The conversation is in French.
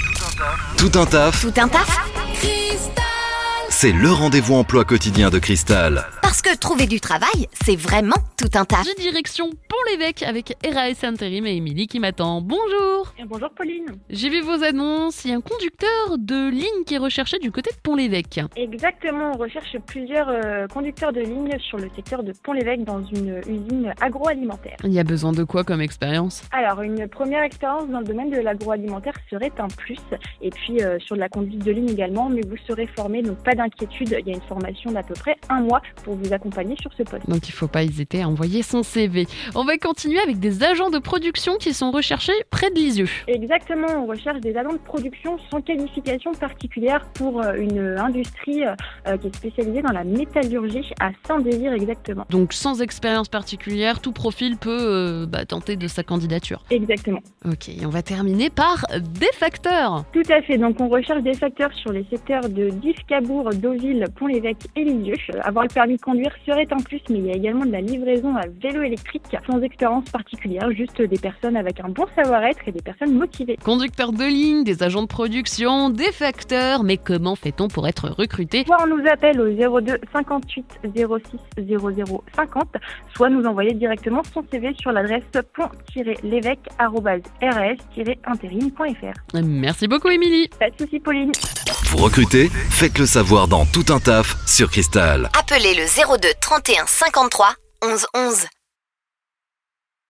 Tout un taf, Tout un taf c'est le rendez-vous emploi quotidien de Cristal. Parce que trouver du travail, c'est vraiment tout un taf. J'ai direction Pont-l'Évêque avec Erae Santerim et Émilie qui m'attend. Bonjour Et Bonjour Pauline. J'ai vu vos annonces, il y a un conducteur de ligne qui est recherché du côté de Pont-l'Évêque. Exactement, on recherche plusieurs euh, conducteurs de ligne sur le secteur de Pont-l'Évêque dans une usine agroalimentaire. Il y a besoin de quoi comme expérience Alors, une première expérience dans le domaine de l'agroalimentaire serait un plus. Et puis, euh, sur de la conduite de ligne également, mais vous serez formé, donc pas d'inquiétude. Il y a une formation d'à peu près un mois pour vous accompagner sur ce poste. Donc il faut pas hésiter à envoyer son CV. On va continuer avec des agents de production qui sont recherchés près de Lisieux. Exactement, on recherche des agents de production sans qualification particulière pour euh, une industrie euh, qui est spécialisée dans la métallurgie à Saint-Désir exactement. Donc sans expérience particulière, tout profil peut euh, bah, tenter de sa candidature. Exactement. Ok, et on va terminer par des facteurs. Tout à fait. Donc, on recherche des facteurs sur les secteurs de Discabourg, Deauville, Pont-l'Évêque et Lisieux. Euh, Avoir le permis de conduire serait un plus, mais il y a également de la livraison à vélo électrique, sans expérience particulière, juste des personnes avec un bon savoir-être et des personnes motivées. Conducteurs de ligne, des agents de production, des facteurs. Mais comment fait-on pour être recruté Soit on nous appelle au 02 58 06 00 50, soit nous envoyer directement son CV sur l'adresse pont-lévêque-rs-intérim.fr. Merci beaucoup, Émilie. Pas de souci, Pauline. Vous recrutez Faites le savoir dans Tout un taf sur Cristal. Appelez le 02 31 53 11 11.